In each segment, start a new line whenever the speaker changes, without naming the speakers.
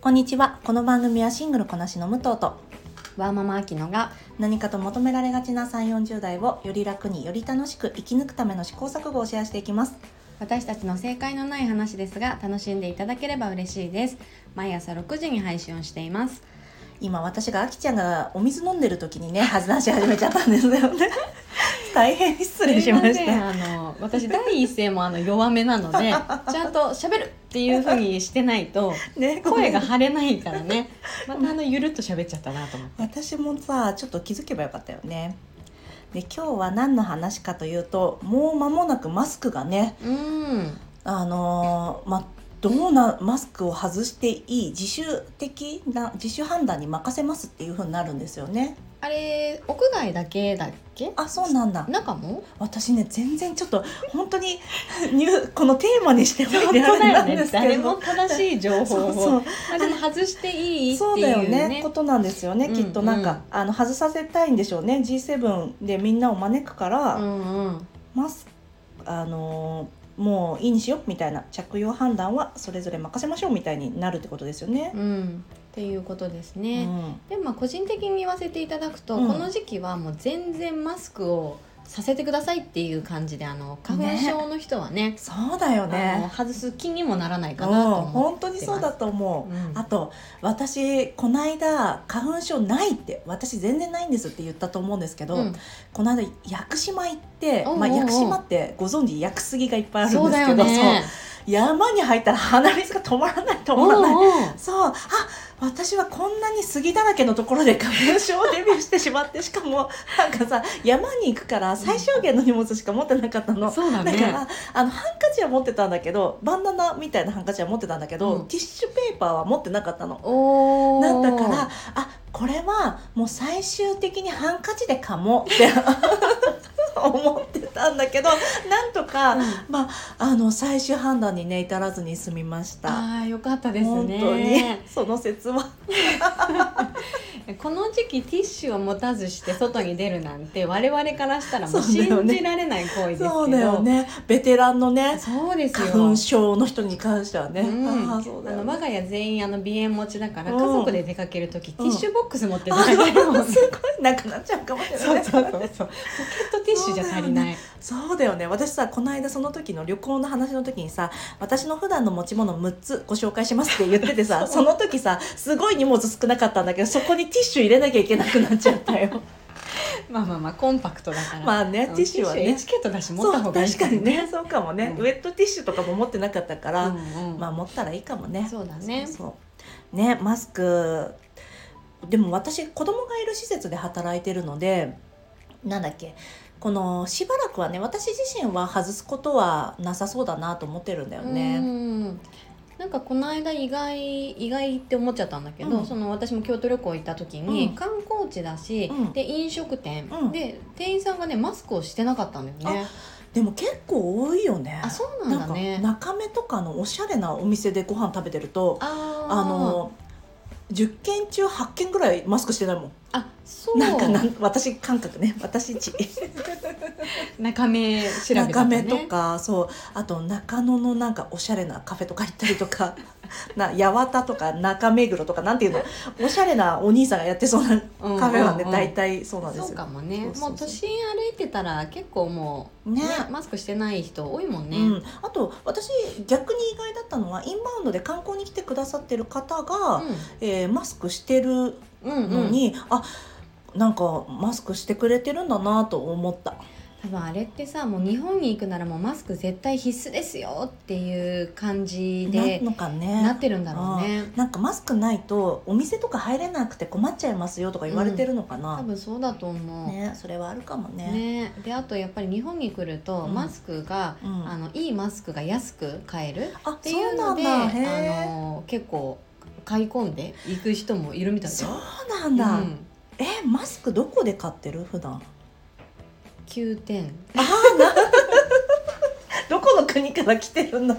こんにちは。この番組はシングルこなしの武藤と
ワーママアキノが
何かと求められがちな3、40代をより楽により楽しく生き抜くための試行錯誤をシェアしていきます。
私たちの正解のない話ですが楽しんでいただければ嬉しいです毎朝6時に配信をしています
今私があきちゃんがお水飲んでる時に ね、話し始めちゃったんですよね。大変失礼しまし
すい
た。
ませんあの私第一声もあの弱めなの でちゃんと喋るっていう風にしてないと
ね、ごめ
声
ん
が張れないからねまたあのゆるっと喋っちゃったなと思って
私もさちょっと気づけばよかったよねで今日は何の話かというともう間もなくマスクがね
うん
あのーまどうなマスクを外していい自主的な自主判断に任せますっていう風になるんですよね
あれ屋外だけだっけ
あそうなんだ
中も
私ね全然ちょっと本当にニューこのテーマにしてお
本
い
当
て
だ
あれな
よ
ん
ね
ですけど
誰も正しい情報
そ
を
うそう
まあ、でも外していいって
そうだ
い
よ
う
ね
ね
ことなんですよね、きっとなんかあの外させたいんでしょうね G7 でみんなを招くから、
うんうん
マスクあのーもういいにしようみたいな着用判断はそれぞれ任せましょうみたいになるってことですよね。
うん、っていうことです
う
ね。
ん、
でまあ個人的に言わせていただくと、
うん
この時期はもう全然マスクをさせてくださいっていう感じであの花粉症の人はね
そうだよ
あの
ね。
外す気にもならない
うん
かなと思
本当にそうだと思
う。
う。
うん
あと私この間花粉症ないって私全然ないんですって言ったと思うんですけど、
うん
この間屋久島行って、
おうおうおう
まあ、屋久島ってご存知屋久杉がいっぱいある
そ
ん
う
で
だ
す
よ
けど
ね。
そう山に入ったら鼻水が止まらない止
お
まらないう
おう
そうあ私はこんなに杉だらけのところで花粉症をデビューしてしまってしかもなんかさ山に行くから最小限の荷物しか持ってなかったの。
そうだ
だから、
ね。
あのハンカチは持ってたんだけどバンダナみたいなハンカチは持ってたんだけど、
うん
ティッシュペーパーは持ってなかったの。
おお。
だったからあこれはもう最終的にハンカチでかもって 思ってたんだけどなんとか、
うん
まあ、あの最終判断にね至らずに済みました。
ああよかったです
本当
ね。
にその説は
この時期ティッシュを持たずして外に出るなんて我々からしたらもう
そうだよ
信
ね
じられない行為ですけど
そうだよねベテランのね
そうですよ
花粉症の人に関してはね、
うん
ああそうだ
あ
よ
の
ね
我が家全員あの鼻炎持ちだから
うん
家族で出かける時、
う
テ
ん
ィッシュボックス持って出
あ
かけるもん、ね、
すごいなくなっちゃうかもしれ
そ
な
う
い
そうそうそうポケットティッシュじゃ足りない
そうだよね私さこの間その時の旅行の話の時にさ私の普段の持ち物6つご紹介しますって言ってて さその時さすごい荷物少なかったんだけどそこにティッシュ入れなきゃいけなくなっちゃったよ
まあまあまあコンパクトだから
まあね
うん
ティッシュはね
エチケットだし持った方がいい
そう確かにねそうかもね、
うん
ウェットティッシュとかも持ってなかったから、
うんうん
まあ持ったらいいかもね
そうだね
そうそうねマスクでも私子供がいる施設で働いてるのでなんだっけこのしばらくはね私自身は外すことはなさそうだなと思ってるんだよ
う
ね。
んなんかこの間意外意外って思っちゃったんだけど、
うん
その私も京都旅行行った時に、
うん
観光地だし、
うん
で飲食店、
うん
で店員さんがねマスクをしてなかったんだよね
でも結構多いよね。
あそうなんだね
なんか中目とかのおしゃれなお店でご飯食べてると
あー
あの10件中8件ぐらいマスクしてないもん。
あそう
なんかなん私感覚ね私ち。
中目調べだ
中
ったね
目とかそうあと中野のなんかおしゃれなカフェとか行ったりとか な八幡とか中目黒とかなんていうのおしゃれなお兄さんがやってそうな
うん
カフェはね
うんうん
大体そうなんですよ。
そうかもね
そうそうそう
もう都心歩いてたら結構もう、
ね
ねマスクしてない人多いもんね、
うん、あと私逆に意外だったのはインバウンドで観光に来てくださってる方が、えーマスクしてる
うん、うんうん
のに、あなんかマスクしてくれてるんだなと思った。
多分あれってさもう日本に行くならもうマスク絶対必須ですよっていう感じ
な
で
のかね
なってるんだろうね
なんかマスクないとお店とか入れなくて困っちゃいますよとか言われてるのか
多
な、
分そうだと思うね
ねそれはあるかもね
であとやっぱり日本に来ると
うん
マスクが、
うん
あのいいマスクが安く買える
あ
ってい
そう
う
な
の
ん
で
だ
あ
へえ
の結構買い込んで行く人もいるみたいだ
そう
よ
なんだ、
うん
えマスクどこで買ってる普段
9点
どこの国から来てるんだ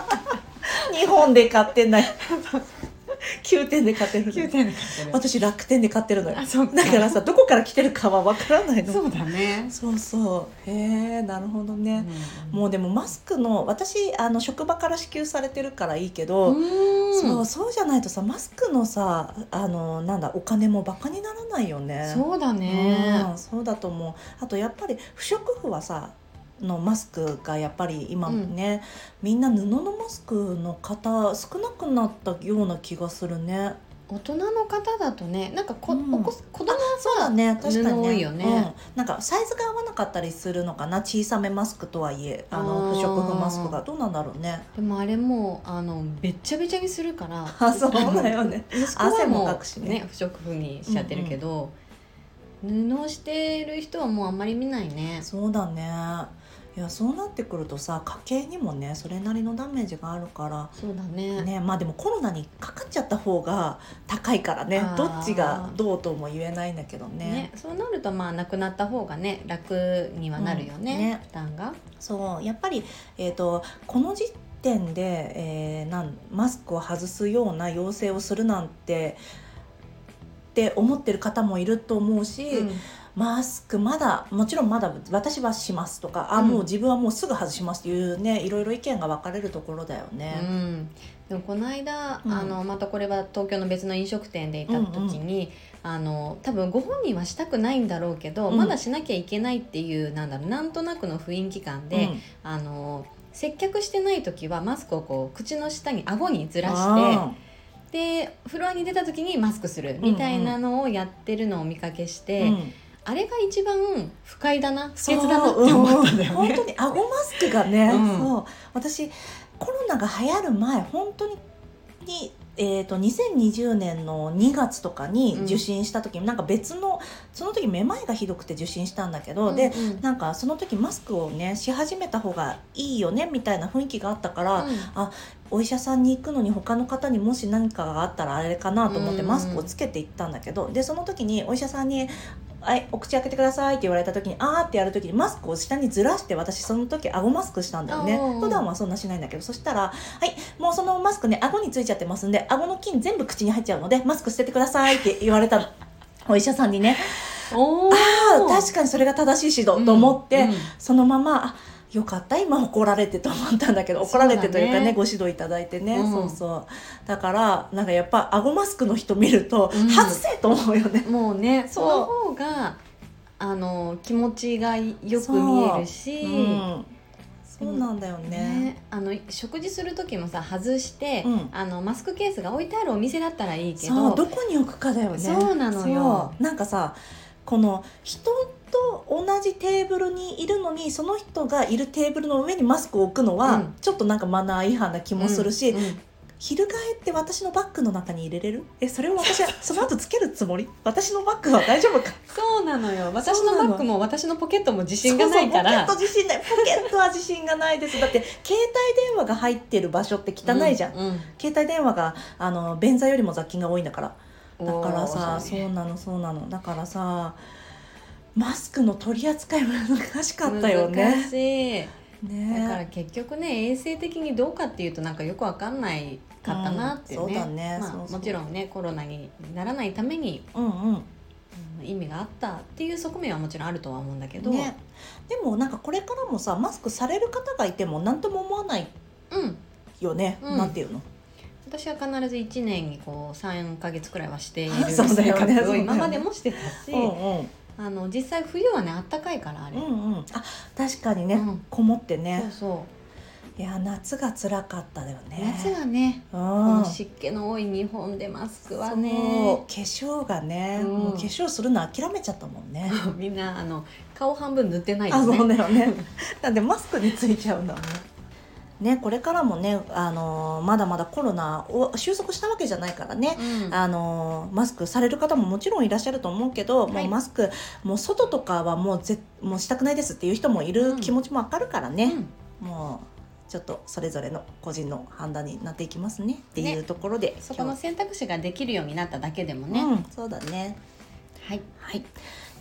日本で買ってない 9点で買ってるの
点で買って
私楽天で買ってるのよ
あそう
だからさどこから来てるかはわからないの
そうだね、
そうそうへえなるほどね、
うん
もうでもマスクの私あの職場から支給されてるからいいけど、
うーん
そうそうじゃないとさマスクのさあのなんだお金もバカにならないよね。
そうだね
うん、そうだと思うあとやっぱり不織布はさのマスクがやっぱり今ね、みんな布のマスクの方少なくなったような気がするね。
大人の方だとねなんかこ、
うん
お子子供は
そうだ
さ
ね確かに
布多いよね
うん、なんかサイズが合わなかったりするのかな小さめマスクとはいえあ
あ
の
ー
不織布マスクがどうなんだろうね。
でもあれもうあのべっちゃべちゃにするから
あそうだよね
息子はも
汗もか
う
くしね
ね不織布にしちゃってるけど、布をしてる人はもうあんまり見ないね
そうだねいやそうなってくるとさ家計にもねそれなりのダメージがあるか
そうだ
ら、
ね
ねまあでもコロナにかかっちゃった方が高いからね
あー
どっちがどうとも言えないんだけどね
ねそうなるとまあなくなった方がね楽にはなるよね,、
うんね
負担が
そうやっぱり、えー、とこの時点で、えーなんマスクを外すような要請をするなんてって思ってる方もいると思うし、マスクまだもちろんまだ私はしますとか、あ
うん
もう自分はもうすぐ外しますっていうねいろいろ意見が分かれるところだよね。
うん、でもこの間、
うん
あのまたこれは東京の別の飲食店でいた時に、あの多分ご本人はしたくないんだろうけど、
うん
まだしなきゃいけないっていうなんだろうなんとなくの雰囲気感で、
うん
あの接客してない時はマスクをこう口の下に顎にずらし
あ
てでフロアに出た時にマスクするみたいなのをやってるのを見かけして、
ーうん
あれが一番不快だな不
そう
潔だなって思ったんだよ
うん本
ね。
当に顎マスクがね、
うん
そう私コロナが流行る前本当にに、えー、と2020年の2月とかに受診した時に、なんか別のその時めまいがひどくて受診したんだけど、で
うんうん
なんかその時マスクをねし始めた方がいいよねみたいな雰囲気があったから、
うん
お医者さんに行くのに他の方にもし何かがあったらあれかなと思って
うん
マスクをつけて行ったんだけど、でその時にお医者さんに「はいお口開けてください」って言われた時に「あー」ってやる時にマスクを下にずらして私その時顎マスクしたんだよね
おうおう
普段はそんなしないんだけどそしたら「はいもうそのマスクね顎についちゃってますんで顎の菌全部口に入っちゃうのでマスク捨ててください」って言われたのお医者さんに ね
おー
あー確かにそれが正しい指導と思って、
うんうん
そのままあよかった今怒られてと思ったんだけど
そ
怒
う
ら
だね
れてというかねご指導いただいてね、
うん
そうそうだからなんかやっぱ顎マスクの人見ると、
うん
外せと思うよね。
もうねそ
そう
の方があの気持ちがよく見えるし、
うん、そうなんだよね。
ねあの食事する時もさ外して、
うん
あのマスクケースが置いてあるお店だったらいいけど
そうどこに置くかだよね。
そうなの
そ
よ
うなんかさこの人と同じテーブルにいるのにその人がいるテーブルの上にマスクを置くのは、
うん
ちょっとなんかマナー違反な気もするし、
うんうん
翻って私のバッグの中に入れれるえそれを私 はその後つけるつもり私のバッグは大丈夫か
そうなのよ私
そう
の
なの
バッグも私のポケットも 自信がないから
そうそうポケット自信ないポケットは自信がないですだって携帯電話が入ってる場所って汚いじゃん、
うう
携帯電話があの便座よりも雑菌が多いんだからだからさ
おー
そう,、
ね
なのそうなのだからさマスクの取り扱い難しかったよ
難
ね
しいだから
ね
結局ね衛生的にどうかっていうとなんかよくわかんないかったなってね,、
うんそうだね
まあ、
そうそう
もちろんねコロナにならないために
うんうん
うん意味があったっていう側面はもちろんあるとは思うんだけど、
ね、でもなんかこれからもさマスクされる方がいても何とも思わない
うん
よね、
うん
なんていうの
私は必ず1年にこう3か月くらいはしている
そうだ
生
よね
活
そうだよ
を
ね
今までもしてたし、
うんうん
あの実際冬はねあったかいからあれ、
うんうん、あ確かにね、
うん
こもって
そう
ね
そ
いや夏が辛かっただよ
う、
ね
夏はねこ
う
の
ん
湿気の多い日本でマスクは
そう
ね
化粧がね、
うん
もう化粧するの諦めちゃったもんね
みんなあの顔半分塗ってないよ
あ
ね
そうだよねなんでマスクについちゃうんだもんねねこれからもね、あのーまだまだコロナを収束したわけじゃないからね、
うん
あのマスクされる方ももちろんいらっしゃると思うけど、
はい
もうマスクもう外とかはもうぜもうしたくないですっていう人もいる気持ちもわかるからね、
うん
もうちょっとそれぞれの個人の判断になっていきますねっていうところで、今日
そこの選択肢ができるようになっただけでもね、
うん、そうだね
はい
はい。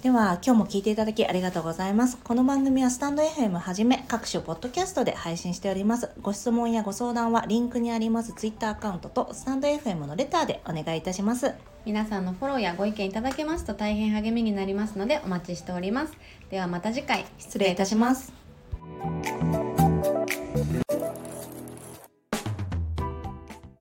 では今日も聞いていただきありがとうございます。この番組はスタンド FM はじめ各種ポッドキャストで配信しております。ご質問やご相談はリンクにありますツイッターアカウントとスタンド FM のレターでお願いいたします。
皆さんのフォローやご意見いただけますと大変励みになりますのでお待ちしておりますではまた次回
失礼いたします。